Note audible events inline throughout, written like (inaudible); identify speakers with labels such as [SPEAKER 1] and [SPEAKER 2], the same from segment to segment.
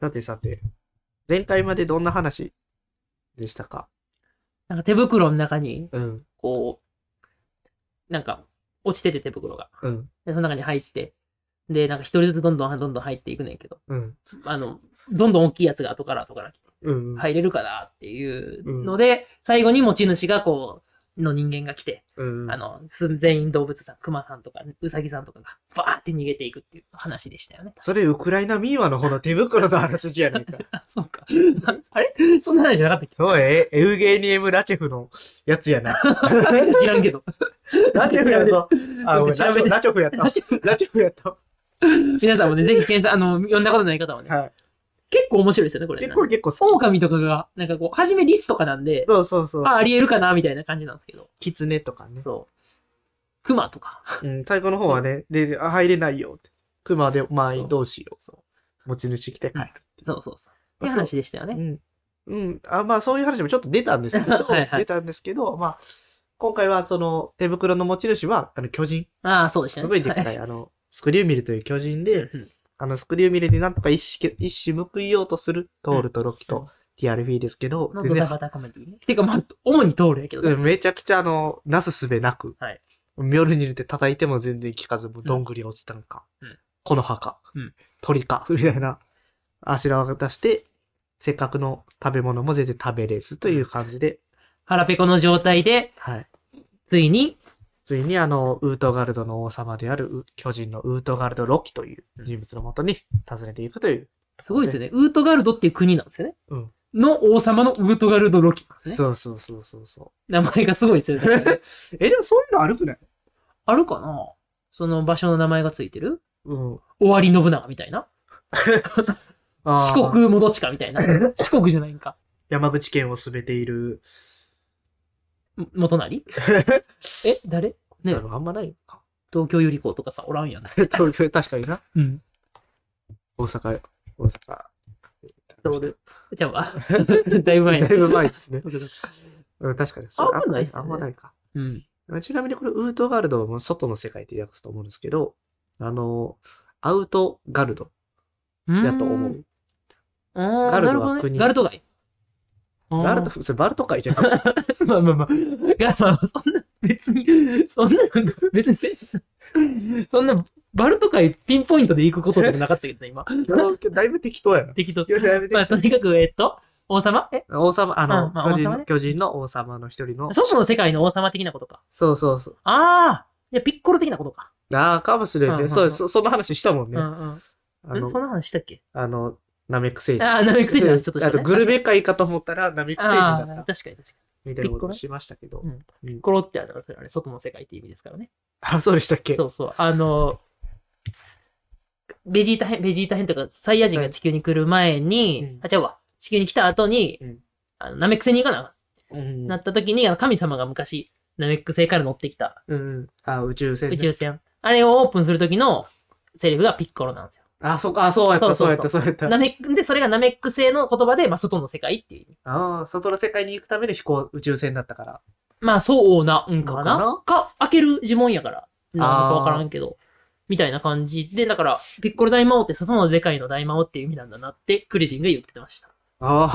[SPEAKER 1] さてさて、前回までどんな話でしたか
[SPEAKER 2] なんか手袋の中に、
[SPEAKER 1] うん、
[SPEAKER 2] こう、なんか、落ちてて手袋が。
[SPEAKER 1] うん、
[SPEAKER 2] で、その中に入って。で、なんか一人ずつどんどんどんどん入っていくねんけど、
[SPEAKER 1] うん、
[SPEAKER 2] あの、どんどん大きいやつが後から後から来て
[SPEAKER 1] うん、い、
[SPEAKER 2] 入れるかなっていうので、最後に持ち主がこう、の人間が来て、
[SPEAKER 1] うん、。
[SPEAKER 2] あの、す全員動物さん、熊さんとか、ウサギさんとかが、バーって逃げていくっていう話でしたよね
[SPEAKER 1] それウクライナ民話の方の手袋の話じゃねえか。
[SPEAKER 2] あ、そうか。 (laughs) あれそんな話じゃなかったっ
[SPEAKER 1] (laughs)
[SPEAKER 2] け
[SPEAKER 1] そうえ、エウゲニエム・ラチェフのやつやな。
[SPEAKER 2] 知らんけど。
[SPEAKER 1] (laughs) ラチェフやぞ。あ、
[SPEAKER 2] なん
[SPEAKER 1] 俺
[SPEAKER 2] か調
[SPEAKER 1] ラチョ
[SPEAKER 2] べて
[SPEAKER 1] ラチョフやった。 (laughs) ラチョフやった。
[SPEAKER 2] (laughs) 皆さんもね、ぜひ、チェーンさん、あの、読んだことない方はね、
[SPEAKER 1] は
[SPEAKER 2] 結構面白いですよね、こ
[SPEAKER 1] い。
[SPEAKER 2] れ。
[SPEAKER 1] 結構結構好き。
[SPEAKER 2] 狼とかが、なんかこう、初めリスとかなんで、
[SPEAKER 1] そうそうそう。
[SPEAKER 2] あ、ありえるかな、みたいな感じなんですけど。
[SPEAKER 1] キツネとかね。
[SPEAKER 2] そう。熊とか。
[SPEAKER 1] うん、最後の方はね、で、あ入れないよって。熊で、まあ、どうしよ。
[SPEAKER 2] そう
[SPEAKER 1] 持ち主来て帰る。
[SPEAKER 2] う。そうそうそう。っ
[SPEAKER 1] まあ
[SPEAKER 2] ていう話でしたよ
[SPEAKER 1] う
[SPEAKER 2] ね。
[SPEAKER 1] ん。うん。あまあ、そういう話もちょっと出たんですけど、
[SPEAKER 2] (laughs) はいはい
[SPEAKER 1] 出たんですけど、まあ、今回はその手袋の持ち主は、あの、巨人。
[SPEAKER 2] ああ、そうでしたね。
[SPEAKER 1] すごいでっ
[SPEAKER 2] は
[SPEAKER 1] かい、あの、スクリューミルという巨人
[SPEAKER 2] うん
[SPEAKER 1] で、
[SPEAKER 2] うん
[SPEAKER 1] あの、スクリューミルになんとか一矢一矢報いようとする、トールとロキ
[SPEAKER 2] うん
[SPEAKER 1] と TRP ですけど、
[SPEAKER 2] の
[SPEAKER 1] 全
[SPEAKER 2] ドタ
[SPEAKER 1] 然
[SPEAKER 2] バタコメディね。てか、まあ、主に通るやけどね。
[SPEAKER 1] うんめちゃくちゃあの、なすすべなく、
[SPEAKER 2] はい
[SPEAKER 1] ミョルニルで叩いても全然効かず、もうどんぐり落ちたんか、
[SPEAKER 2] うん
[SPEAKER 1] この葉か、
[SPEAKER 2] うん
[SPEAKER 1] 鳥か、 (laughs) みたいな、あしらわ出して、せっかくの食べ物も全然食べれずという感じで、
[SPEAKER 2] 腹ペコの状態で、
[SPEAKER 1] はい。
[SPEAKER 2] ついに、
[SPEAKER 1] ついにあの、ウートガルドの王様であるう巨人のウートガルド・ロキという人物のもとに訪ねていくという。
[SPEAKER 2] すごいですよね。ウートガルドっていう国なんですよね。
[SPEAKER 1] うん
[SPEAKER 2] の王様のウートガルドロキなんですね。
[SPEAKER 1] そうそうそうそうそ
[SPEAKER 2] 名前がすごいですよ
[SPEAKER 1] う。
[SPEAKER 2] ね。
[SPEAKER 1] (laughs) え、でもそういうの悪くない
[SPEAKER 2] あるかなその場所の名前がついてる
[SPEAKER 1] うん。
[SPEAKER 2] 終わり信長みたいな
[SPEAKER 1] あー
[SPEAKER 2] 四国もどっちかみたいな。
[SPEAKER 1] (laughs)
[SPEAKER 2] 四国じゃないんか。
[SPEAKER 1] 山口県を滑っている。
[SPEAKER 2] も
[SPEAKER 1] (laughs)
[SPEAKER 2] 元成え、誰ね
[SPEAKER 1] あのあんまないのか。 (laughs)
[SPEAKER 2] 東京ゆり子とかさ、おらんやな。
[SPEAKER 1] 東京、確かにな。
[SPEAKER 2] うん。
[SPEAKER 1] 大阪、大阪。
[SPEAKER 2] そうでじゃあ、 (laughs) だいぶ前
[SPEAKER 1] (laughs) だ
[SPEAKER 2] や
[SPEAKER 1] いぶ前ですね。
[SPEAKER 2] そうかそうか
[SPEAKER 1] うん、確かに。
[SPEAKER 2] あんまないっすね
[SPEAKER 1] あんまないか。
[SPEAKER 2] うん。
[SPEAKER 1] ちなみにこれ、ウートガルドはもう外の世界って訳すと思うんですけど、あの、アウトガルドだと思う。
[SPEAKER 2] あ
[SPEAKER 1] ガ
[SPEAKER 2] あ、
[SPEAKER 1] ル
[SPEAKER 2] な
[SPEAKER 1] ド
[SPEAKER 2] る
[SPEAKER 1] は
[SPEAKER 2] ほどね。
[SPEAKER 1] 国
[SPEAKER 2] ガルト街。
[SPEAKER 1] ガルド、それバルト海じゃない
[SPEAKER 2] あーまあまあまあ。がまあ、そんな、別に、そんな、別にせ、そんな、バルト海ピンポイントで行くことでもなかったけどね、今。
[SPEAKER 1] だいぶ適当やな。
[SPEAKER 2] 適当っす
[SPEAKER 1] いやだいぶ
[SPEAKER 2] まあ、とにかく、えっと、王様え
[SPEAKER 1] 王様、あの、
[SPEAKER 2] うんま
[SPEAKER 1] 巨人
[SPEAKER 2] あ王様
[SPEAKER 1] の
[SPEAKER 2] ね
[SPEAKER 1] 巨人の王様の一人の。
[SPEAKER 2] 外の世界の王様的なことか。
[SPEAKER 1] そうそうそう。
[SPEAKER 2] ああ、いや、ピッコロ的なことか。
[SPEAKER 1] ああ、かもしれん
[SPEAKER 2] うんうん
[SPEAKER 1] ね。
[SPEAKER 2] うん
[SPEAKER 1] そう、そその話したもん
[SPEAKER 2] う
[SPEAKER 1] ね。あ
[SPEAKER 2] んうん。そん
[SPEAKER 1] の、
[SPEAKER 2] な話したっけ
[SPEAKER 1] あの、ナメック星人。
[SPEAKER 2] ああ、ナメック星人の話ちょっとした、
[SPEAKER 1] あ
[SPEAKER 2] ね。
[SPEAKER 1] と、グルメ界かと思ったら、ナメック星
[SPEAKER 2] あ
[SPEAKER 1] 人だ
[SPEAKER 2] あ
[SPEAKER 1] っ
[SPEAKER 2] 確
[SPEAKER 1] た。
[SPEAKER 2] かに確かに。
[SPEAKER 1] みたいなこと
[SPEAKER 2] ピッコ
[SPEAKER 1] を
[SPEAKER 2] ロ
[SPEAKER 1] しましたけど
[SPEAKER 2] う。んピッコロってあの、それあれ、外の世界って意味ですからね。
[SPEAKER 1] あ、そうでしたっけ
[SPEAKER 2] そうそう。あの、ベジータ編、ベジータ編とか、サイヤ人が地球に来る前に、
[SPEAKER 1] うん
[SPEAKER 2] あ、違うわ。地球に来た後に、
[SPEAKER 1] うん
[SPEAKER 2] あのナメック星に行かな、
[SPEAKER 1] うん
[SPEAKER 2] なった時に、あの神様が昔、ナメック星から乗ってきた
[SPEAKER 1] うん。あ、宇宙船ね。
[SPEAKER 2] 宇宙船。あれをオープンする時のセリフがピッコロなんですよ。
[SPEAKER 1] あ、そっか、あそうやった、そ
[SPEAKER 2] そうう
[SPEAKER 1] やっ
[SPEAKER 2] そ
[SPEAKER 1] た、
[SPEAKER 2] う
[SPEAKER 1] そうやった。
[SPEAKER 2] ナメック、で、それがナメック星の言葉で、まあ、外の世界っていう意味。
[SPEAKER 1] ああ、外の世界に行くための飛行、宇宙船だったから。
[SPEAKER 2] まあ、そうな、うんか
[SPEAKER 1] のか
[SPEAKER 2] なか、開ける呪文やから。なんかわからんけど。みたいな感じで、だから、ピッコロ大魔王って、外のでかいの大魔王っていう意味なんだなって、クリリンが言ってました。
[SPEAKER 1] ああ、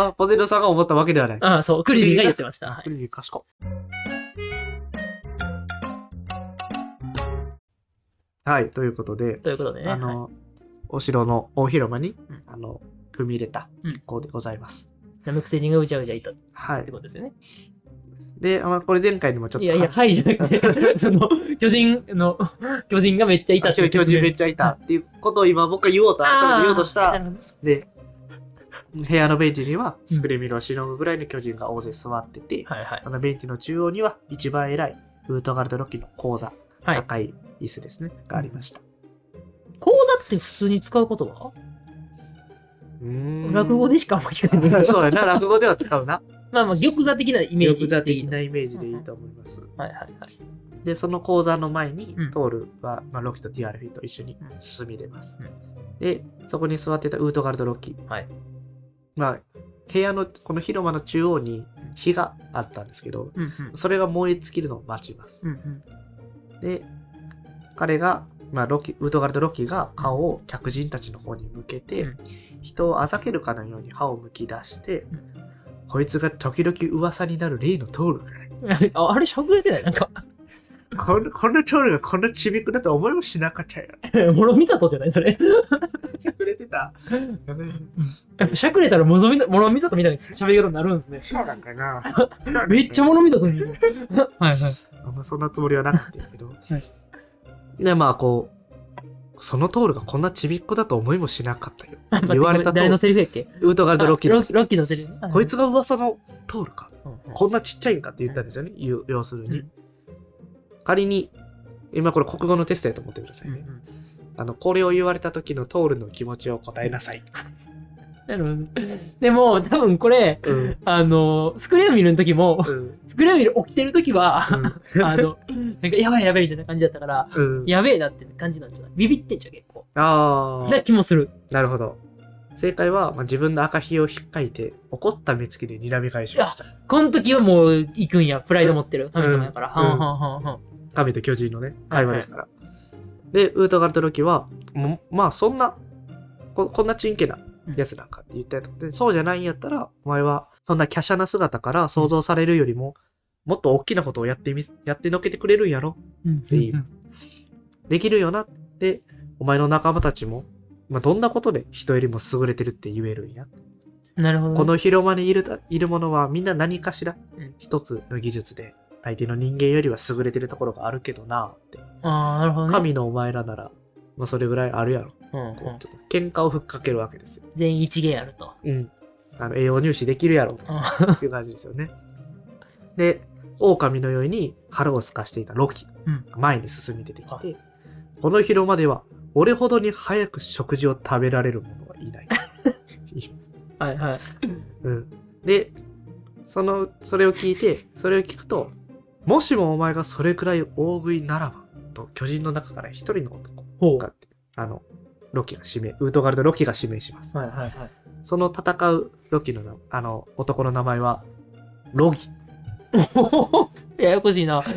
[SPEAKER 1] ああ、ポゼロさんが思ったわけではない。
[SPEAKER 2] ああ、そう、クリリンが言ってました。はい
[SPEAKER 1] クリリン賢い。はい、ということで、
[SPEAKER 2] ということでね。
[SPEAKER 1] あ
[SPEAKER 2] はい
[SPEAKER 1] の、お城の大広間に、
[SPEAKER 2] うん
[SPEAKER 1] あの、踏み入れた
[SPEAKER 2] うん
[SPEAKER 1] 一行でございます。
[SPEAKER 2] ナメック星人がうじゃうじゃいたっ
[SPEAKER 1] はい
[SPEAKER 2] て。ことですよね。
[SPEAKER 1] で、 (laughs) あまあ、これ前回にもちょっと。
[SPEAKER 2] いやいや、はいじゃなくて、 (laughs) その、巨人の、 (laughs) 巨人がめっちゃいた
[SPEAKER 1] あ
[SPEAKER 2] ってい
[SPEAKER 1] 巨
[SPEAKER 2] う
[SPEAKER 1] 巨人めっちゃいたっていうことを今僕が言おうと、改めて言おうとし
[SPEAKER 2] あー
[SPEAKER 1] た。
[SPEAKER 2] なるほど
[SPEAKER 1] で、部屋のベンチには、スクリューミルをしのぐぐらいの巨人が大勢座ってて、
[SPEAKER 2] はいはい。
[SPEAKER 1] そのベンチの中央には、一番偉い、ウートガルドロキの講座、
[SPEAKER 2] はい。
[SPEAKER 1] 高い椅子ですね、がありました。
[SPEAKER 2] 講座って普通に使う言葉落語でしかあんまり聞かない。
[SPEAKER 1] (laughs) そうやな、落語では使うな。
[SPEAKER 2] まあまあ、玉座的な (laughs) イメージ。
[SPEAKER 1] 玉座的。なイメージでいいと思います。
[SPEAKER 2] はいはいはい。
[SPEAKER 1] で、その講座の前に、
[SPEAKER 2] うん
[SPEAKER 1] トールは、まあ、ロキとティアルフィと一緒に
[SPEAKER 2] うん
[SPEAKER 1] 進み出ます。
[SPEAKER 2] う
[SPEAKER 1] で、そこに座ってたウートガルド・ロキ。
[SPEAKER 2] はい
[SPEAKER 1] まあ、部屋の、この広間の中央に火があったんですけど、
[SPEAKER 2] うんうん。
[SPEAKER 1] それが燃え尽きるのを待ちます。
[SPEAKER 2] うんうん。
[SPEAKER 1] で、彼がまあ、ロキ、ウートガルド・ロキが顔を客人たちの方に向けて、
[SPEAKER 2] うん
[SPEAKER 1] 人をあざけるかのように歯をむき出して、
[SPEAKER 2] うん
[SPEAKER 1] こいつが時々噂になる例のトールがね
[SPEAKER 2] ああれ、しゃぶれてないなん (laughs) か、
[SPEAKER 1] この、このトールがこんなちびくだと思いもしなかったよ。
[SPEAKER 2] 諸見里じゃないそれ。
[SPEAKER 1] しゃくれてた。
[SPEAKER 2] やっぱしゃくれたら諸見里諸見里みたいな喋り方になるんですね。
[SPEAKER 1] そうなんかな。
[SPEAKER 2] (laughs) めっちゃ諸見里に似てる。はいはい。
[SPEAKER 1] あんまそんなつもりはなかったですけど。で、まあ、こう、そのトールがこんなちびっこだと思いもしなかった
[SPEAKER 2] (laughs)
[SPEAKER 1] よ。言われたと
[SPEAKER 2] 誰のセリフやっけ
[SPEAKER 1] ウートガルド・ロキ
[SPEAKER 2] あ
[SPEAKER 1] で
[SPEAKER 2] ロ
[SPEAKER 1] す。
[SPEAKER 2] ロッキーのセリフ。はい
[SPEAKER 1] こいつが噂のトールか。
[SPEAKER 2] うん
[SPEAKER 1] こんなちっちゃいんかって言ったんですよね。要要する
[SPEAKER 2] う
[SPEAKER 1] に
[SPEAKER 2] ん。
[SPEAKER 1] 仮に、今これ国語のテストやと思ってくださいね。あの、これを言われた時のトールの気持ちを答えなさい。
[SPEAKER 2] なるほどでも、多分これ、
[SPEAKER 1] うん。
[SPEAKER 2] あの、スクリューミルの時も、
[SPEAKER 1] うん。
[SPEAKER 2] スクリューミル起きてる時は、
[SPEAKER 1] うん
[SPEAKER 2] あの、なんかやばいやばいみたいな感じだったから、
[SPEAKER 1] うん。
[SPEAKER 2] やべえなって感じなんじゃないビビってんじゃん、結構。
[SPEAKER 1] ああ。
[SPEAKER 2] な気もする。
[SPEAKER 1] なるほど。正解は、まあ、自分の赤ひを引っかいて、怒った目つきで睨み返しました。
[SPEAKER 2] この時はもう行くんや、プライド持ってる神様やから。
[SPEAKER 1] うん
[SPEAKER 2] はんはんはんはん。
[SPEAKER 1] 神と巨人のね、会話ですから。で、ウートガルトロキは、もまあそんなこ、こんなちんけなやつなんかって言ったやつで、そうじゃないんやったら、お前はそんな華奢な姿から想像されるよりも、もっと大きなことをやってみ、やってのけてくれるんやろ。
[SPEAKER 2] うん
[SPEAKER 1] いいできるよなって、お前の仲間たちも、まあ、どんなことで人よりも優れてるって言えるんや。
[SPEAKER 2] なるほどね。
[SPEAKER 1] この広間にいるたいるものはみんな何かしら
[SPEAKER 2] うん
[SPEAKER 1] 一つの技術で大抵の人間よりは優れてるところがあるけどなって
[SPEAKER 2] ああ、なるほどね。
[SPEAKER 1] 神のお前らなら、まあ、それぐらいあるやろ
[SPEAKER 2] うん
[SPEAKER 1] こう
[SPEAKER 2] うん
[SPEAKER 1] ちょっと喧嘩をふっかけるわけですよ、
[SPEAKER 2] 全員一芸あると。
[SPEAKER 1] うん、あの栄養入試できるやろ (laughs) と
[SPEAKER 2] あ
[SPEAKER 1] いう感じですよねで狼のように腹をすかしていたロキ
[SPEAKER 2] うん
[SPEAKER 1] 前に進み出てき
[SPEAKER 2] は
[SPEAKER 1] てこの広間では俺ほどに早く食事を食べられる者はい
[SPEAKER 2] (laughs)
[SPEAKER 1] ないいいです
[SPEAKER 2] はいはい。
[SPEAKER 1] うん、でそのそれを聞いてそれを聞くと「もしもお前がそれくらい大食いならば」と巨人の中から一人の男
[SPEAKER 2] ほう。
[SPEAKER 1] があのロキが指名ウートガルドロキが指名します、
[SPEAKER 2] はいはいはい。
[SPEAKER 1] その戦うロキのなあの男の名前はロギ
[SPEAKER 2] ややこしいな。はい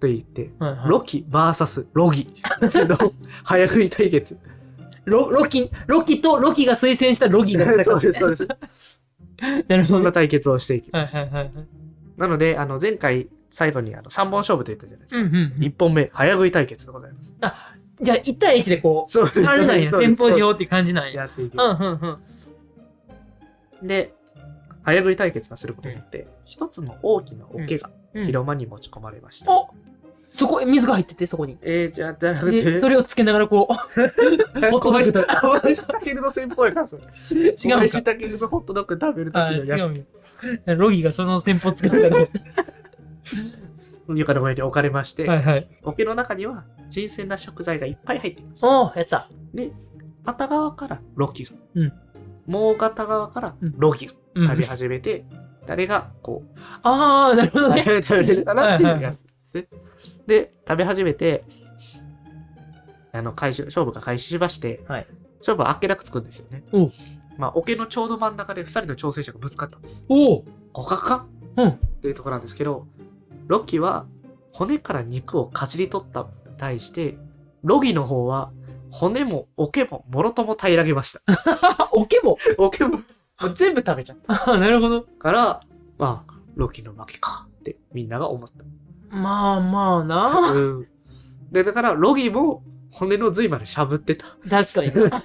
[SPEAKER 1] と言って
[SPEAKER 2] はい
[SPEAKER 1] ロキ VS ロ
[SPEAKER 2] (laughs)
[SPEAKER 1] ギの早食い対決
[SPEAKER 2] ロロキ、ロキとロキが推薦したロギが戦っ
[SPEAKER 1] (laughs)
[SPEAKER 2] て
[SPEAKER 1] そうですそうです
[SPEAKER 2] なる
[SPEAKER 1] そ
[SPEAKER 2] ほ
[SPEAKER 1] ん
[SPEAKER 2] ど
[SPEAKER 1] な
[SPEAKER 2] ね。
[SPEAKER 1] 対決をしていき
[SPEAKER 2] はい
[SPEAKER 1] ます、
[SPEAKER 2] はいはいはい。
[SPEAKER 1] なのであの前回最後にあの3本勝負と言ったじゃないです
[SPEAKER 2] うん
[SPEAKER 1] か、
[SPEAKER 2] うんう
[SPEAKER 1] 一
[SPEAKER 2] ん。
[SPEAKER 1] 1本目早食い対決でございます
[SPEAKER 2] じゃあ、1対1でこ
[SPEAKER 1] (laughs) そうです
[SPEAKER 2] う、あれなんや、
[SPEAKER 1] そうで
[SPEAKER 2] 先
[SPEAKER 1] す
[SPEAKER 2] 方しようっていう感じなんや。
[SPEAKER 1] やっていき
[SPEAKER 2] うんうん
[SPEAKER 1] ま
[SPEAKER 2] うん。
[SPEAKER 1] す。で、早食い対決がすることによって、一つの大きな桶が
[SPEAKER 2] うん
[SPEAKER 1] 広間に持ち込まれました。
[SPEAKER 2] おそこ、水が入ってて、そこ
[SPEAKER 1] (laughs)
[SPEAKER 2] に。
[SPEAKER 1] えー、じゃあ、じゃなく
[SPEAKER 2] で、
[SPEAKER 1] て、
[SPEAKER 2] それをつけなが
[SPEAKER 1] (laughs)
[SPEAKER 2] らこう、 (laughs) ホットドッグだ
[SPEAKER 1] 小林たけるの先輩が、それ。
[SPEAKER 2] 違
[SPEAKER 1] 小
[SPEAKER 2] うん
[SPEAKER 1] 林
[SPEAKER 2] か。
[SPEAKER 1] たけるのホットドッグ食べると
[SPEAKER 2] あ
[SPEAKER 1] きの
[SPEAKER 2] ー違
[SPEAKER 1] や
[SPEAKER 2] うんや。ロギがその戦法使
[SPEAKER 1] (laughs)
[SPEAKER 2] うんだね。
[SPEAKER 1] つ床の上に置かれまして、
[SPEAKER 2] はいはい。
[SPEAKER 1] 桶の中には新鮮な食材がいっぱい入っていました。
[SPEAKER 2] おー、やった。
[SPEAKER 1] 片側からロキが、
[SPEAKER 2] うん
[SPEAKER 1] もう片側からロキが
[SPEAKER 2] うん
[SPEAKER 1] 食べ始めて、誰がこう、
[SPEAKER 2] (laughs) ああ、なるほどね。
[SPEAKER 1] 食べられるかなっていうやつですね。で、食べ始めて、あの、開始、勝負が開始しまして、
[SPEAKER 2] はい
[SPEAKER 1] 勝負はあっけなくつくんですよね。
[SPEAKER 2] おう
[SPEAKER 1] まあ、桶のちょうど真ん中で2人の挑戦者がぶつかったんです。
[SPEAKER 2] おお。
[SPEAKER 1] 互角か
[SPEAKER 2] うん。
[SPEAKER 1] っていうところなんですけど、ロッキーは骨から肉をかじり取ったのに対して、ロギの方は骨も桶ももろとも平らげま (laughs) した。
[SPEAKER 2] あ、おけぼ。
[SPEAKER 1] 桶ももう全部食べちゃった
[SPEAKER 2] ああ、なるほど。
[SPEAKER 1] から、まあ、ロキの負けかってみんなが思った。
[SPEAKER 2] まあまあ (laughs) な。
[SPEAKER 1] うん。で、だから、ロギも骨の髄までしゃぶってた。
[SPEAKER 2] 確か
[SPEAKER 1] (laughs)
[SPEAKER 2] にな。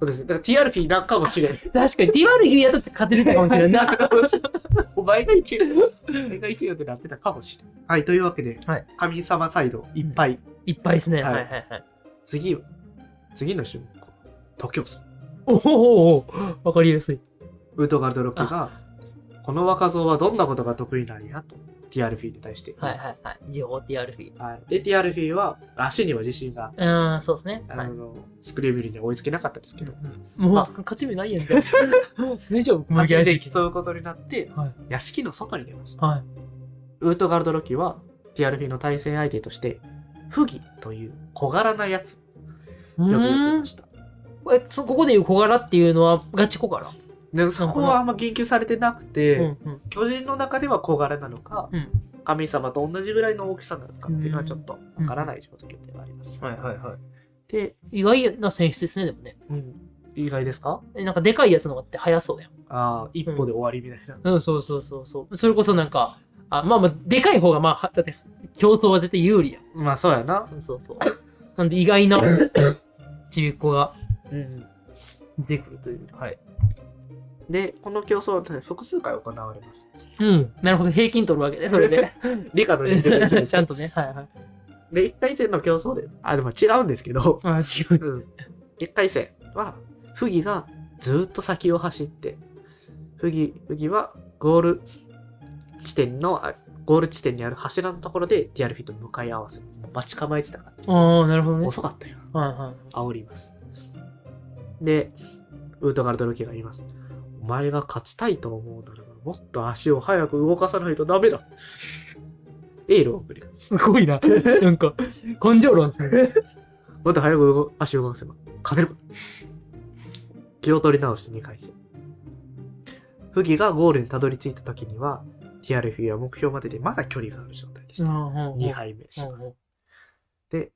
[SPEAKER 1] そうですね。だから TRP なんかもしれん。
[SPEAKER 2] 確かに、ディワルギやったって勝てるかもしれんない。 (laughs)
[SPEAKER 1] お前がいけよ。お前がいけよってなってたかもしれん。はい、というわけで、
[SPEAKER 2] はい
[SPEAKER 1] 神様サイドいっぱい。
[SPEAKER 2] いっぱいですね。
[SPEAKER 1] は
[SPEAKER 2] はいいはいはい。
[SPEAKER 1] 次は、次の種目は、徒競走。
[SPEAKER 2] おおおおわかりやすい。
[SPEAKER 1] ウートガルドロックが、この若造はどんなことが得意なんやと、TRP に対して言
[SPEAKER 2] はいい
[SPEAKER 1] ま
[SPEAKER 2] はい
[SPEAKER 1] す。
[SPEAKER 2] はい。GOTRP。
[SPEAKER 1] はい、で、TRP は足には自信があって、
[SPEAKER 2] うーん、そうですね。は
[SPEAKER 1] あ
[SPEAKER 2] い。
[SPEAKER 1] の、スクリュービルには追いつけなかったですけど、
[SPEAKER 2] もう、
[SPEAKER 1] まあ
[SPEAKER 2] 勝ち目ないやん、じゃあ (laughs) 大丈夫
[SPEAKER 1] 足で
[SPEAKER 2] う。
[SPEAKER 1] 競うことになって、
[SPEAKER 2] はい
[SPEAKER 1] 屋敷の外に出ました。
[SPEAKER 2] はい。
[SPEAKER 1] ウートガルドロキは TRP の対戦相手として、フギという小柄なやつ
[SPEAKER 2] う
[SPEAKER 1] を呼び寄せ
[SPEAKER 2] ー
[SPEAKER 1] ま
[SPEAKER 2] ん
[SPEAKER 1] した。
[SPEAKER 2] えそここでいう小柄っていうのはガチ小柄。
[SPEAKER 1] でそこはあんま言及されてなくて、
[SPEAKER 2] うんうん。
[SPEAKER 1] 巨人の中では小柄なのか、
[SPEAKER 2] うん
[SPEAKER 1] 神様と同じぐらいの大きさなのかっていうのはちょっとわからない状況ではあります。
[SPEAKER 2] はいはいはい。
[SPEAKER 1] で、
[SPEAKER 2] 意外な性質ですね、でもね。
[SPEAKER 1] うん、意外ですか
[SPEAKER 2] えなんかでかいやつの方がって速そうやん。
[SPEAKER 1] ああ、一歩で終わりみたいな。
[SPEAKER 2] うん、そうそうそうそう。それこそなんか、あまあまあ、でかい方がまあ、はだって競争は絶対有利やん。
[SPEAKER 1] まあそうやな。
[SPEAKER 2] そうそうそう。なんで意外なちびっこが
[SPEAKER 1] うん、
[SPEAKER 2] 出てくるという。はい。
[SPEAKER 1] で、この競争はね複数回行われます。
[SPEAKER 2] うん。なるほど。平均取るわけね、それ (laughs) で。
[SPEAKER 1] 理科のレベル
[SPEAKER 2] (laughs) ちゃんとね。はいはい。
[SPEAKER 1] で、1回戦の競争で、あ、でも違うんですけど、う
[SPEAKER 2] あ、違う。
[SPEAKER 1] ん、1回戦は、フギがずっと先を走って、フギ、フギはゴール地点の、あゴール地点にある柱のところでディアルフィと向かい合わせ。待ち構えてた感じです。
[SPEAKER 2] ああ、なるほどね。
[SPEAKER 1] 遅かったよ。
[SPEAKER 2] はいはい。
[SPEAKER 1] 煽ります。で、ウートガルドルキが言います。お前が勝ちたいと思うならば、もっと足を早く動かさないとダメだ。エールを送ります。
[SPEAKER 2] すごいな。なんか、根性論ですね。
[SPEAKER 1] もっと早く動足を動かせば、勝てるから。気を取り直して2回戦。フギがゴールにたどり着いた時には、ティアルフィは目標まででまだ距離がある状態でした。2杯目します。で、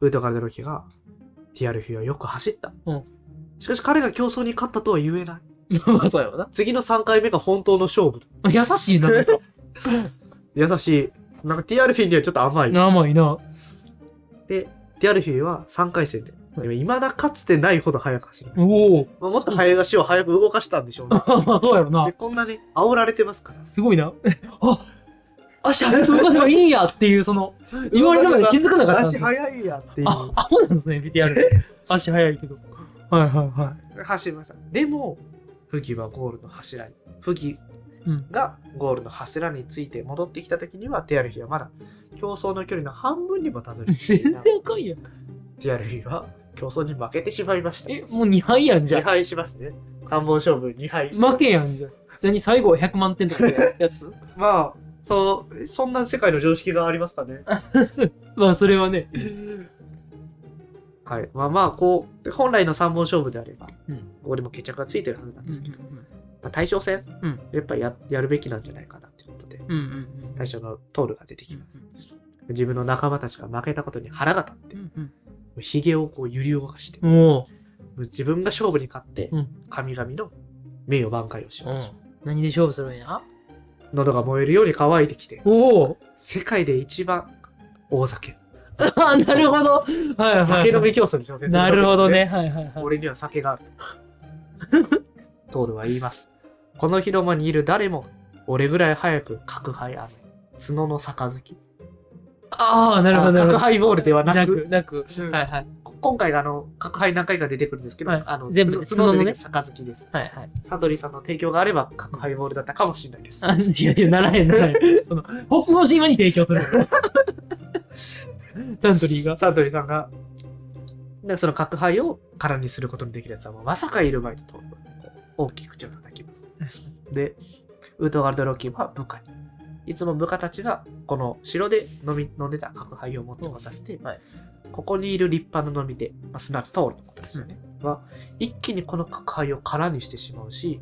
[SPEAKER 1] ウートガルドロキが、ティアルフィはよく走った。
[SPEAKER 2] うん
[SPEAKER 1] しかし彼が競争に勝ったとは言えない。
[SPEAKER 2] (laughs) まあ、そうやろな。
[SPEAKER 1] 次の3回目が本当の勝負。
[SPEAKER 2] 優しいな、なんか。
[SPEAKER 1] 優しい。なんかティアルフィにはちょっと甘い。
[SPEAKER 2] (laughs) 甘いな。
[SPEAKER 1] で、ティアルフィは3回戦で。いまだかつてないほど速く走りました。
[SPEAKER 2] おお。
[SPEAKER 1] まあ、もっと早い足を早く動かしたんでしょうね。
[SPEAKER 2] (laughs) まあ、そうやろな
[SPEAKER 1] で、。こんなね、煽られてますから。
[SPEAKER 2] すごいな。 (laughs) あ足早く動かせばいいんやっていう、そ (laughs) の、言われながら気づかなかったん
[SPEAKER 1] 足
[SPEAKER 2] だ。
[SPEAKER 1] 速いやってい
[SPEAKER 2] あ、アホなんですね、BTR。足 (laughs) 早いけど。はいはいは
[SPEAKER 1] う。走りました。でも、フギはゴールの柱に。フギ
[SPEAKER 2] い。うん。
[SPEAKER 1] がゴールの柱について戻ってきた時には、ティアルフィはまだ競争の距離の半分にもたどり着い
[SPEAKER 2] 全
[SPEAKER 1] ていな
[SPEAKER 2] 然
[SPEAKER 1] い。
[SPEAKER 2] 赤いやん。
[SPEAKER 1] ティアルフィは競争に負けてしまいました。
[SPEAKER 2] え、もう2敗やんじゃ
[SPEAKER 1] 2
[SPEAKER 2] ん。
[SPEAKER 1] 敗しましたね。3本勝負2敗。
[SPEAKER 2] 負けやんじゃん。何最後は100万点とかってやつ
[SPEAKER 1] まあ、そう、そんな世界の常識がありますかね。
[SPEAKER 2] (laughs) まあ、それはね。
[SPEAKER 1] はい。まあまあ、こう、で本来の3本勝負であれば、
[SPEAKER 2] うん
[SPEAKER 1] ここでも決着がついてるはずなんですけど、まあ、大将戦、
[SPEAKER 2] うん
[SPEAKER 1] やっぱややるべきなんじゃないかなっていうことで、
[SPEAKER 2] うんうん
[SPEAKER 1] 大将のトールが出てきます。自分の仲間たちが負けたことに腹が立って、も
[SPEAKER 2] うん。
[SPEAKER 1] う髭をこう揺り動かして、も
[SPEAKER 2] も
[SPEAKER 1] う自分が勝負に勝って
[SPEAKER 2] うん、
[SPEAKER 1] 神々の名誉挽回をし
[SPEAKER 2] う
[SPEAKER 1] ようとし
[SPEAKER 2] ん、何で勝負するんや
[SPEAKER 1] 喉が燃えるように乾いてきて、
[SPEAKER 2] おお
[SPEAKER 1] 世界で一番大酒。
[SPEAKER 2] (laughs) あなるほどはいはい、
[SPEAKER 1] 酒飲み競争に挑戦する、
[SPEAKER 2] なるほど。ね。はいはいはい。
[SPEAKER 1] 俺には酒がある。トールは言います。この広間にいる誰も、俺ぐらい早く角杯雨、角の杯。
[SPEAKER 2] ああ、なるほど、
[SPEAKER 1] あ
[SPEAKER 2] なる
[SPEAKER 1] 角
[SPEAKER 2] ほ
[SPEAKER 1] 杯ボールでは
[SPEAKER 2] ど。
[SPEAKER 1] な
[SPEAKER 2] な
[SPEAKER 1] く
[SPEAKER 2] く、、なく。はいはい。
[SPEAKER 1] こ今回があの、角杯何回か出てくるんですけど、
[SPEAKER 2] はい
[SPEAKER 1] あの、
[SPEAKER 2] 全部
[SPEAKER 1] 角
[SPEAKER 2] 角
[SPEAKER 1] 角
[SPEAKER 2] の
[SPEAKER 1] の
[SPEAKER 2] ね
[SPEAKER 1] ね、杯です。
[SPEAKER 2] はいはい。
[SPEAKER 1] サドリーさんの提供があれば、角杯ボールだったかもしれないです。
[SPEAKER 2] あ、違う違う、ならへん、な (laughs) らへん。その、ホップを神話に提供 (laughs) する。サントリーが。
[SPEAKER 1] サドリーさんが、でその角杯を空にすることにできるやつは、もうまさかいる前とトールはこう大きく口を叩き (laughs) ます。で、ウートガルドロッキーは部下に。いつも部下たちが、この城で飲み飲んでた角杯を持ってこさせて、
[SPEAKER 2] んはい
[SPEAKER 1] ここにいる立派な飲み手、まあ、すなわちトールのことですよね、は、一気にこの角杯を空にしてしまうし、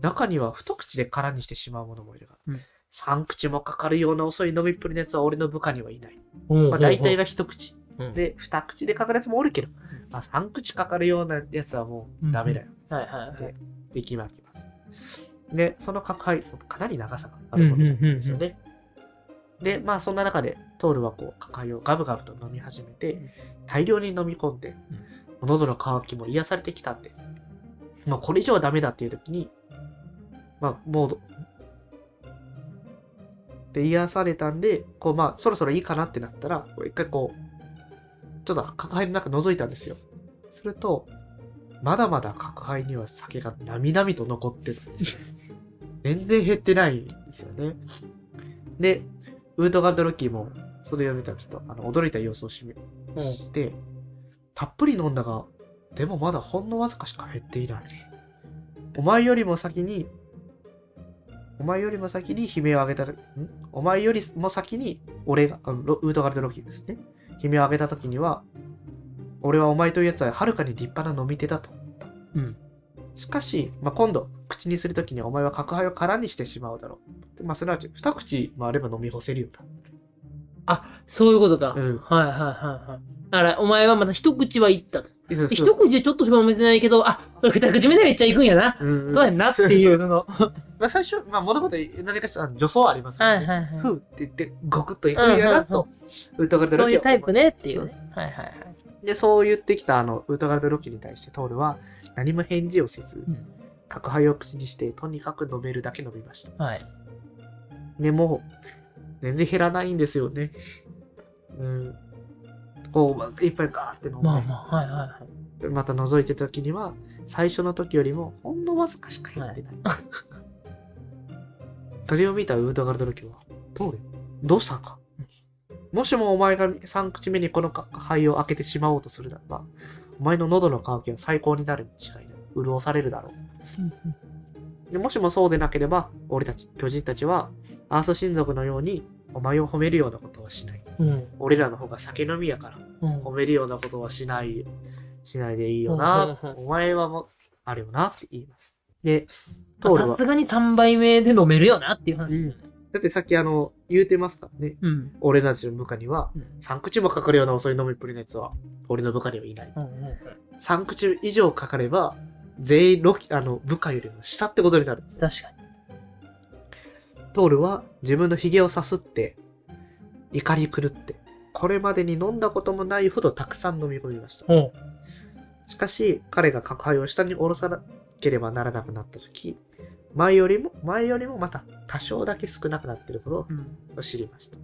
[SPEAKER 1] 中には二口で空にしてしまうものもいるが、
[SPEAKER 2] うん
[SPEAKER 1] 三口もかかるような遅い飲みっぷりのやつは俺の部下にはいない。
[SPEAKER 2] ま
[SPEAKER 1] まあ、大体が一口。
[SPEAKER 2] うん
[SPEAKER 1] で、二口でかかるやつもおるけど、まあ、三口かかるようなやつはもうダメだよ。
[SPEAKER 2] はいはいはい。
[SPEAKER 1] 息巻きます。で、その角杯、かなり長さがあるものなんですよね。で、まあそんな中で、トールはこう、角杯をガブガブと飲み始めて
[SPEAKER 2] うん、
[SPEAKER 1] 大量に飲み込んで、喉の渇きも癒されてきたんで、もうこれ以上はダメだっていう時に、まあもう、で、癒されたんで、こうまあそろそろいいかなってなったら、こう一回こう、ちょっと角杯の中覗いたんですよ。すると、まだまだ角杯には酒がなみなみと残ってるんですよ。全然減ってないんですよね。で、ウートガルドロッキーも、それを見たらちょっとあの驚いた様子を示して、たっぷり飲んだが、でもまだほんのわずかしか減っていない。お前よりも先に、お前よりも先に悲鳴を上げた、んお前よりも先に俺が、あのロウートガルドロッキーですね。悲鳴を上げた時には、俺はお前というやつははるかに立派な飲み手だと思った。
[SPEAKER 2] うん
[SPEAKER 1] しかし、まあ、今度、口にするときにお前は角杯を空にしてしまうだろう。でまあ、すなわち、二口もあれば飲み干せるようだ。
[SPEAKER 2] そういうことか。
[SPEAKER 1] うん
[SPEAKER 2] はいはいはいはい。だから、お前はまた一口は言ったと。
[SPEAKER 1] そう
[SPEAKER 2] 一口でちょっとしか飲めてないけど、あ、二口目でめっちゃ行くんやな。
[SPEAKER 1] うんうん
[SPEAKER 2] そうやんなっていう、その。は
[SPEAKER 1] まあ、最初、まあ、物事何かしら助走はあります
[SPEAKER 2] い
[SPEAKER 1] よね。
[SPEAKER 2] はいはい。
[SPEAKER 1] ふうって言って、ごくっといくんやなと、ウートガルドロ
[SPEAKER 2] そう
[SPEAKER 1] キ
[SPEAKER 2] い
[SPEAKER 1] は
[SPEAKER 2] うタイプねってい。
[SPEAKER 1] そうう
[SPEAKER 2] はいはいはい。
[SPEAKER 1] で、そう言ってきたあのウートガルドロキに対してトールは何も返事をせず
[SPEAKER 2] うん、
[SPEAKER 1] 角杯を口にして、とにかく飲めるだけ飲みました。
[SPEAKER 2] はい。
[SPEAKER 1] でも、全然減らないんですよね。うん。こう、いっぱいガーって飲んで、
[SPEAKER 2] まあまあ、はいはいはい。
[SPEAKER 1] でまた覗いてた時には、最初の時よりもほんのわずかしか減ってない。 (laughs) それを見たウートガルドロキは、トール、どうしたんかもしもお前が3口目にこの肺を開けてしまおうとするならば、お前の喉の渇きは最高になるに違いない。潤されるだろう。でもしもそうでなければ、俺たち、巨人たちは、アース親族のように、お前を褒めるようなことはしない。
[SPEAKER 2] うん。
[SPEAKER 1] 俺らの方が酒飲みやから、
[SPEAKER 2] うん。
[SPEAKER 1] 褒めるようなことはしない、しないでいいよな。
[SPEAKER 2] うんうんう
[SPEAKER 1] お前はもう、あるよなって言います。で、トール
[SPEAKER 2] さ
[SPEAKER 1] は、
[SPEAKER 2] すがに3杯目で飲めるよなっていう話ですよね。
[SPEAKER 1] だってさっきあの、言うてますからね。
[SPEAKER 2] うん。
[SPEAKER 1] 俺たちの部下には
[SPEAKER 2] うん、
[SPEAKER 1] 3口もかかるような遅い飲みっぷりのやつは、俺の部下にはいない。
[SPEAKER 2] うんうん
[SPEAKER 1] 3口以上かかれば、全員ロキ、あの、部下よりも下ってことになる。
[SPEAKER 2] 確かに。
[SPEAKER 1] トールは自分の髭をさすって、怒り狂って、これまでに飲んだこともないほどたくさん飲み込みました。
[SPEAKER 2] ほう。
[SPEAKER 1] しかし、彼が角杯を下に下ろさなければならなくなった時、前よりも、前よりもまた多少だけ少なくなっていること
[SPEAKER 2] うん。
[SPEAKER 1] を知りました。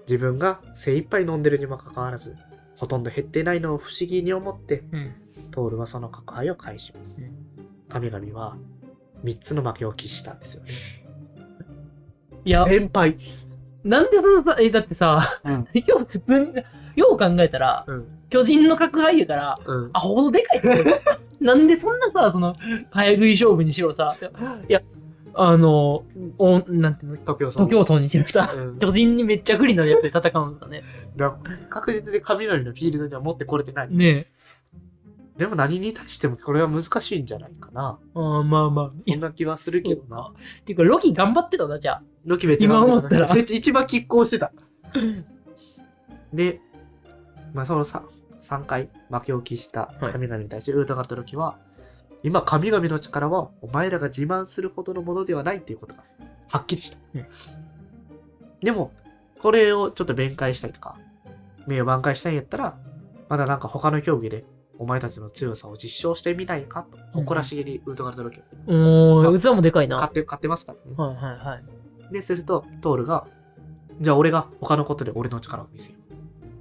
[SPEAKER 1] 自分が精一杯飲んでるにもかかわらず、ほとんど減ってないのを不思議に思って、
[SPEAKER 2] うん。
[SPEAKER 1] トールはその角杯を返します。
[SPEAKER 2] うん
[SPEAKER 1] 神々は、3つの負けを喫したんですよね。
[SPEAKER 2] いや、
[SPEAKER 1] 先輩
[SPEAKER 2] なんでそのさ、え、だってさ、
[SPEAKER 1] うん
[SPEAKER 2] (laughs) よう普通に、よう考えたら、
[SPEAKER 1] うん。
[SPEAKER 2] 巨人の角俳優から、
[SPEAKER 1] うん。
[SPEAKER 2] あほどでか
[SPEAKER 1] (laughs)
[SPEAKER 2] いってことなんでそんなさ、その、早食い勝負にしろさ、いや、あの、おなんていうの、
[SPEAKER 1] 徒競走。
[SPEAKER 2] 徒競走にしろさ、
[SPEAKER 1] うん
[SPEAKER 2] 巨人にめっちゃ不利なやつで戦うんだね。
[SPEAKER 1] だ確実に神々のフィールドには持ってこれてない。
[SPEAKER 2] ねえ。
[SPEAKER 1] でも何に対してもこれは難しいんじゃないかな。
[SPEAKER 2] ああ、まあまあ。
[SPEAKER 1] そ
[SPEAKER 2] いや
[SPEAKER 1] んな気はするけどな。
[SPEAKER 2] っていうか、ロキ頑張ってたな、じゃあ。
[SPEAKER 1] ロキベテ
[SPEAKER 2] 今思ったら
[SPEAKER 1] めっちゃ一番拮抗
[SPEAKER 2] (laughs)
[SPEAKER 1] してた。で、まあ、そのさ3回負けを喫した神々に対してウータガルトロキは、今神々の力はお前らが自慢するほどのものではないっていうことがはっきりした。
[SPEAKER 2] うん
[SPEAKER 1] でも、これをちょっと弁解したいとか、名誉挽回したいんやったら、まだなんか他の競技でお前たちの強さを実証してみないかと、誇らしげにウータガルトロキは
[SPEAKER 2] お
[SPEAKER 1] あ
[SPEAKER 2] ー、器もでかいな。
[SPEAKER 1] 買
[SPEAKER 2] は
[SPEAKER 1] って、買ってますからね。
[SPEAKER 2] いはいはい。
[SPEAKER 1] で、すると、トールが、じゃあ俺が他のことで俺の力を見せよう。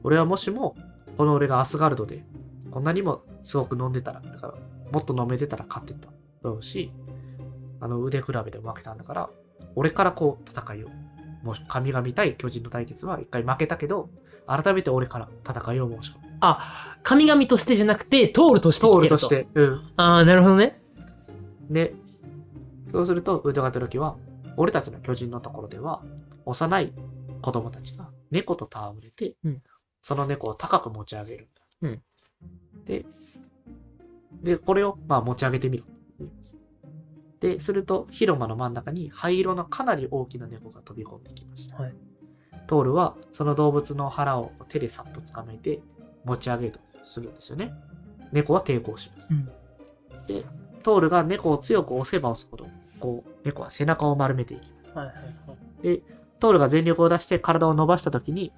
[SPEAKER 1] 俺はもしも、この俺がアスガルドで、こんなにもすごく飲んでたら、だから、もっと飲めてたら勝ってただろうし、あの腕比べで負けたんだから、俺からこう戦いを。もし神々対巨人の対決は一回負けたけど、改めて俺から戦いを申し込む。
[SPEAKER 2] 神々としてじゃなくて、トールとして
[SPEAKER 1] トール
[SPEAKER 2] 来てる
[SPEAKER 1] として。うん。
[SPEAKER 2] ああ、なるほどね。
[SPEAKER 1] で、そうすると、ウドガトロキは、俺たちの巨人のところでは、幼い子供たちが猫と戯れて、
[SPEAKER 2] うん
[SPEAKER 1] その猫を高く持ち上げるんだ。
[SPEAKER 2] うん
[SPEAKER 1] で、で、これを、まあ、持ち上げてみろ。で、すると、広間の真ん中に灰色のかなり大きな猫が飛び込んできました。
[SPEAKER 2] はい
[SPEAKER 1] トールは、その動物の腹を手でさっと掴めて、持ち上げるとするんですよね。猫は抵抗します。
[SPEAKER 2] うん
[SPEAKER 1] トールが猫を強く押せば押すほど、こう、猫は背中を丸めていきます。
[SPEAKER 2] はいはいはい。
[SPEAKER 1] トールが全力を出して体を伸ばしたときに、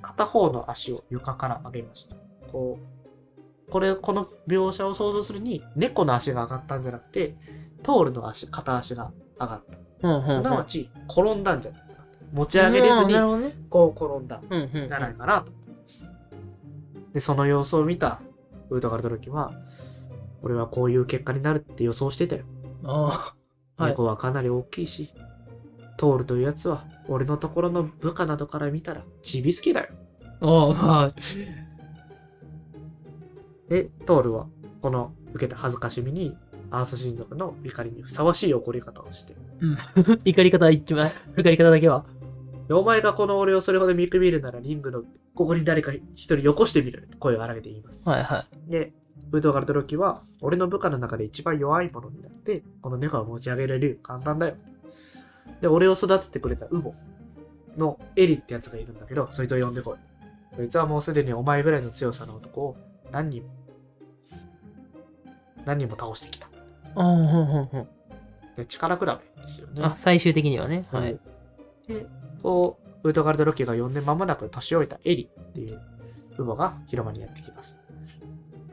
[SPEAKER 1] 片方の足を床から上げました。こう、これ、この描写を想像するに、猫の足が上がったんじゃなくて、トールの足、片足が上がっ
[SPEAKER 2] うんうんう
[SPEAKER 1] た。
[SPEAKER 2] ん
[SPEAKER 1] すなわち、転んだんじゃないかな。持ち上げれず
[SPEAKER 2] うんなる
[SPEAKER 1] に、
[SPEAKER 2] ほどね。
[SPEAKER 1] こう転んだ。
[SPEAKER 2] うんうんうん。
[SPEAKER 1] じゃないかなと。で、その様子を見たウータガルドロキは、俺はこういう結果になるって予想してたよ。
[SPEAKER 2] あはい
[SPEAKER 1] 猫はかなり大きいし、トールというやつは、俺のところの部下などから見たら、ちびすけだよ。
[SPEAKER 2] あ、ああ、はい。
[SPEAKER 1] で、トールは、この受けた恥ずかしみに、アース親族の怒りにふさわしい怒り方をして、
[SPEAKER 2] 怒り方は一番、怒り方だけは。
[SPEAKER 1] でお前がこの俺をそれほど見くびるなら、リングのここに誰か一人よこしてみろよと声を荒げて言います。
[SPEAKER 2] はいはい。
[SPEAKER 1] で、ウドガルドロキは、俺の部下の中で一番弱い者になって、このネコは持ち上げられる。簡単だよ。で、俺を育ててくれたウボのエリってやつがいるんだけど、そいつを呼んでこい。そいつはもうすでにお前ぐらいの強さの男を何人も、何人も倒してきた。
[SPEAKER 2] ああ、ほんほんほん。
[SPEAKER 1] で、力比べですよね。
[SPEAKER 2] あ、最終的にはね。は
[SPEAKER 1] う
[SPEAKER 2] い
[SPEAKER 1] ん。。で、こう、ウートガルドロキが呼んで間もなく年老いたエリっていうウボが広間にやってきます。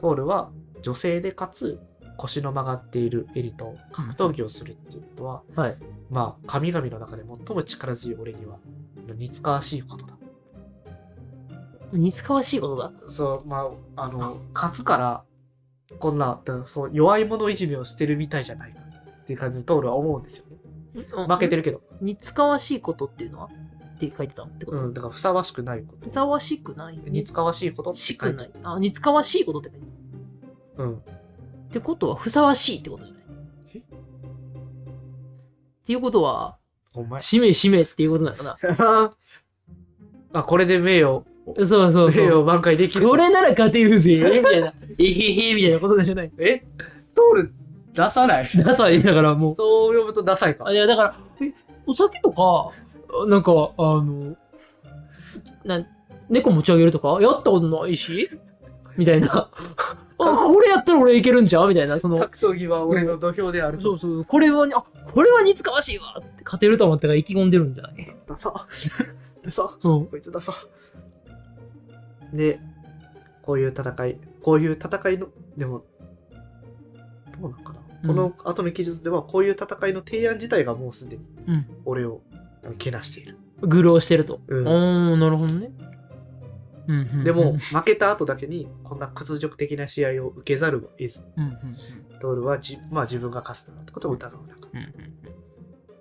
[SPEAKER 1] ポールは女性でかつ腰の曲がっているエリと格闘技をするっていうことは、
[SPEAKER 2] はい。
[SPEAKER 1] まあ、神々の中で最も力強い俺には似つかわしいことだ。
[SPEAKER 2] 似つかわしいことだ。
[SPEAKER 1] そう、まあ、あの、勝つから、こんな、だからそう弱い者いじめをしてるみたいじゃないかっていう感じにトールは思うんですよね。負けてる
[SPEAKER 2] る。
[SPEAKER 1] けど、
[SPEAKER 2] 似つかわしいことっていうのはって書いてたのってこ
[SPEAKER 1] う
[SPEAKER 2] と
[SPEAKER 1] ん、だからふさわしくないこ
[SPEAKER 2] ふ
[SPEAKER 1] と。
[SPEAKER 2] さわしくない。
[SPEAKER 1] 似つかわしいことって書
[SPEAKER 2] し
[SPEAKER 1] いてあ
[SPEAKER 2] く
[SPEAKER 1] る
[SPEAKER 2] ない。あ、似つかわしいことって書いてある
[SPEAKER 1] うん。
[SPEAKER 2] ってことは、ふさわしいってことじゃない
[SPEAKER 1] え
[SPEAKER 2] っていうことは、
[SPEAKER 1] お前。
[SPEAKER 2] しめしめっていうことなのかな
[SPEAKER 1] (laughs) あ、これで名誉、
[SPEAKER 2] そうそう
[SPEAKER 1] 名
[SPEAKER 2] そ
[SPEAKER 1] 誉
[SPEAKER 2] う。
[SPEAKER 1] を挽回できる。
[SPEAKER 2] これなら勝てるぜ、みたいな。え (laughs) へへ、みたいなことじゃない。
[SPEAKER 1] えトール出さない
[SPEAKER 2] だとは言いながらもう。
[SPEAKER 1] そう呼ぶとダサいか
[SPEAKER 2] あ。いや、だから、え、お酒とか、なんか、あの、なん、猫持ち上げるとか、やったことないし、みたい (laughs) な。あ、これやったら俺いけるんちゃうみたいな、その、
[SPEAKER 1] 格闘技は俺の土俵である。
[SPEAKER 2] そうそう、これはに、あ、これは似つかわしいわって勝てると思ったから意気込んでるんじゃない
[SPEAKER 1] ダ (laughs) サ。ダサ。
[SPEAKER 2] うん。
[SPEAKER 1] こいつダサ。で、こういう戦い、こういう戦いの、でも、どうなんかな。
[SPEAKER 2] うん
[SPEAKER 1] この後の記述では、こういう戦いの提案自体がもうすでに
[SPEAKER 2] うん、
[SPEAKER 1] 俺をあのけなしている。
[SPEAKER 2] 愚弄してると。
[SPEAKER 1] うん
[SPEAKER 2] おー、なるほどね。うんうんうん
[SPEAKER 1] でも、、負けた後だけに、こんな屈辱的な試合を受けざるを得ず、
[SPEAKER 2] うんうんうん
[SPEAKER 1] トールはじ、まあ、自分が勝つだろうってことを疑う中、
[SPEAKER 2] うんうん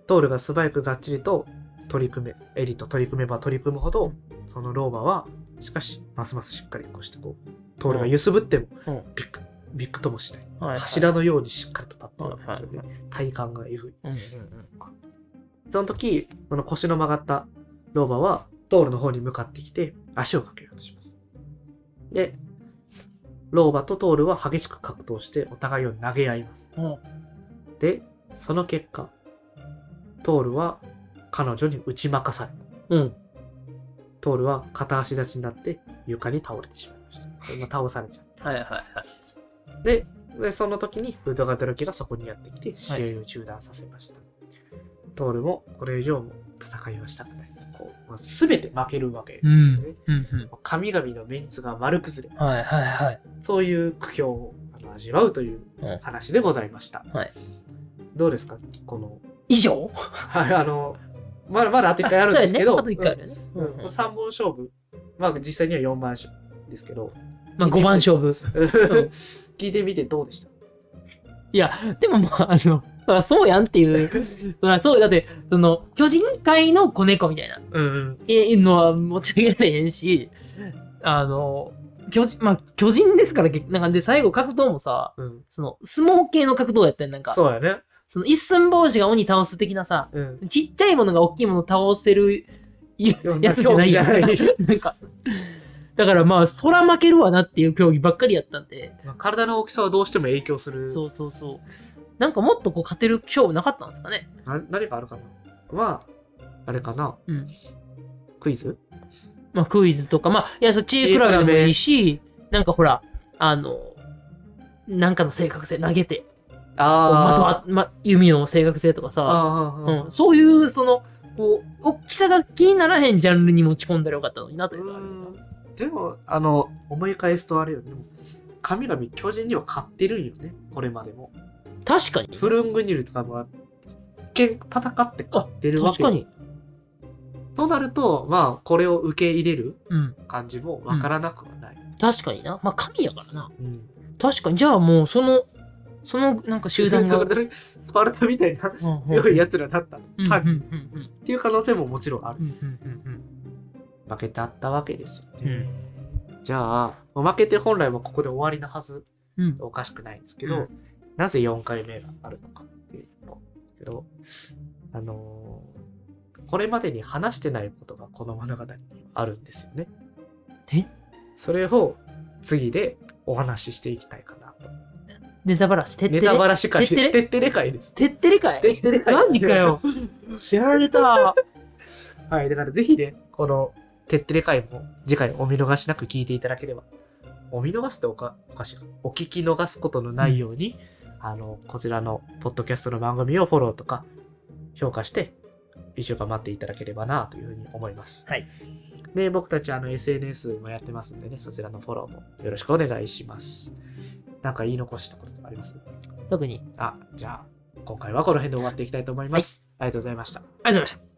[SPEAKER 1] トールが素早くがっちりと取り組め、エリと取り組めば取り組むほど、その老婆は、しかし、ますますしっかりこうしてこう、トールが揺すぶっても
[SPEAKER 2] うん、
[SPEAKER 1] ビック、ビックともしない。
[SPEAKER 2] うんはいはい
[SPEAKER 1] 柱のようにしっかりと立ってるわけですよ
[SPEAKER 2] は
[SPEAKER 1] ね。体幹がえぐい。
[SPEAKER 2] うんうん
[SPEAKER 1] その時、この腰の曲がった老婆は、トールの方に向かってきて、足をかけようとします。で、老婆とトールは激しく格闘して、お互いを投げ合います。
[SPEAKER 2] うんうん
[SPEAKER 1] で、その結果、トールは彼女に打ち負かされ、
[SPEAKER 2] うん。
[SPEAKER 1] トールは片足立ちになって床に倒れてしまいました。これも倒されちゃっ
[SPEAKER 2] はいはいはい。
[SPEAKER 1] た。で、でその時にウドガドロキがそこにやってきて試合を中断させました。トールもこれ以上も戦いはしたくない。こうまあ、全て負けるわけですよね。
[SPEAKER 2] うんうん。
[SPEAKER 1] 神々のメンツが丸崩れ、
[SPEAKER 2] はいはいはい。
[SPEAKER 1] そういう苦境をあの味わうという
[SPEAKER 2] はい
[SPEAKER 1] 話でございました。
[SPEAKER 2] はい
[SPEAKER 1] どうですかこの、 (laughs)
[SPEAKER 2] 以上
[SPEAKER 1] はい、あの、まだまだあと1回あるんですけど、
[SPEAKER 2] (laughs) あそうですね、あと1回あるよね。
[SPEAKER 1] うんうん、3本勝負、まあ実際には4番勝負ですけど、
[SPEAKER 2] まあ5番勝負。
[SPEAKER 1] (laughs) 聞いてみてどうでした
[SPEAKER 2] いや、でもまあ、あの、 (laughs) そらそうやんっていう。そらそう、だって、その、巨人界の子猫みたいな、
[SPEAKER 1] うん
[SPEAKER 2] え、のは持ち上げられへんし、あの、巨人、まあ、巨人ですから、結なんかで、最後格闘もさ、
[SPEAKER 1] うん。
[SPEAKER 2] その、相撲系の格闘やったやん、なんか。
[SPEAKER 1] そうやね。
[SPEAKER 2] その、一寸法師が鬼倒す的なさ、
[SPEAKER 1] うん。
[SPEAKER 2] ちっちゃいものが大きいものを倒せるい
[SPEAKER 1] ような
[SPEAKER 2] やつじゃないやん
[SPEAKER 1] 競技 (laughs) じゃ
[SPEAKER 2] (laughs) なんか、だからまあ、そら負けるわなっていう競技ばっかりやったんで、
[SPEAKER 1] まあ体の大きさはどうしても影響する。
[SPEAKER 2] そうそうそう。なんかもっとこう勝てる勝負なかったんですかね。
[SPEAKER 1] な何かあるかなまあ、あれかな
[SPEAKER 2] うん。
[SPEAKER 1] クイズ
[SPEAKER 2] まあ、クイズとか、まあ、いや、そっち比べでもいいし、なんかほら、あの、なんかの正確性投げて、まと
[SPEAKER 1] あ
[SPEAKER 2] わま、弓の正確性とか
[SPEAKER 1] あ
[SPEAKER 2] さ、
[SPEAKER 1] ああ
[SPEAKER 2] うん、そういう、その、こう、大きさが気にならへんジャンルに持ち込んだらよかったのになというのはある
[SPEAKER 1] うんでも、あの、思い返すとあれよね。でも神々、巨人には勝ってるんよね。これまでも。
[SPEAKER 2] 確かに。
[SPEAKER 1] フルングニルとかも、けん戦って勝ってるわけ
[SPEAKER 2] 確
[SPEAKER 1] よ。
[SPEAKER 2] かに。
[SPEAKER 1] となると、まあ、これを受け入れる
[SPEAKER 2] うん。
[SPEAKER 1] 感じもわからなくはない。
[SPEAKER 2] 確かにな。まあ、神やからな。
[SPEAKER 1] うん
[SPEAKER 2] 確かに。じゃあもう、その、その、なんか集団が。
[SPEAKER 1] だから (laughs) スパルタみたいな
[SPEAKER 2] うんうん
[SPEAKER 1] 強いやつらだった、
[SPEAKER 2] うん
[SPEAKER 1] はい
[SPEAKER 2] うんうんうん
[SPEAKER 1] っていう可能性ももちろんある
[SPEAKER 2] うんうんうんうん
[SPEAKER 1] 負けてあったわけですよね、じゃあ負けて本来はここで終わりのはず
[SPEAKER 2] うん
[SPEAKER 1] おかしくないんですけど、
[SPEAKER 2] う
[SPEAKER 1] なぜ4回目があるのかっていうことなんですけどあのーこれまでに話してないことがこの物語にあるんですよね
[SPEAKER 2] え
[SPEAKER 1] それを次でお話ししていきたいかな
[SPEAKER 2] ネタバラシ、てって
[SPEAKER 1] ネタバ
[SPEAKER 2] れ。
[SPEAKER 1] ラし会で
[SPEAKER 2] てってれ
[SPEAKER 1] てってれ会です。
[SPEAKER 2] てってれかい
[SPEAKER 1] てってれ会
[SPEAKER 2] (laughs) マジかよ。やられた。
[SPEAKER 1] はい、だからぜひね、この、てってれ会も次回お見逃しなく聞いていただければ。お見逃すっておかおかしいか。お聞き逃すことのないように、あの、こちらのポッドキャストの番組をフォローとか、評価して、一週間待っていただければなというふうに思います。
[SPEAKER 2] はい。
[SPEAKER 1] で、僕たちあの SNS もやってますんでね、そちらのフォローもよろしくお願いします。なんか言い残したこととかあります
[SPEAKER 2] 特に。
[SPEAKER 1] あ、じゃあ、今回はこの辺で終わっていきたいと思います。ありがとうございました。
[SPEAKER 2] ありがとうございました。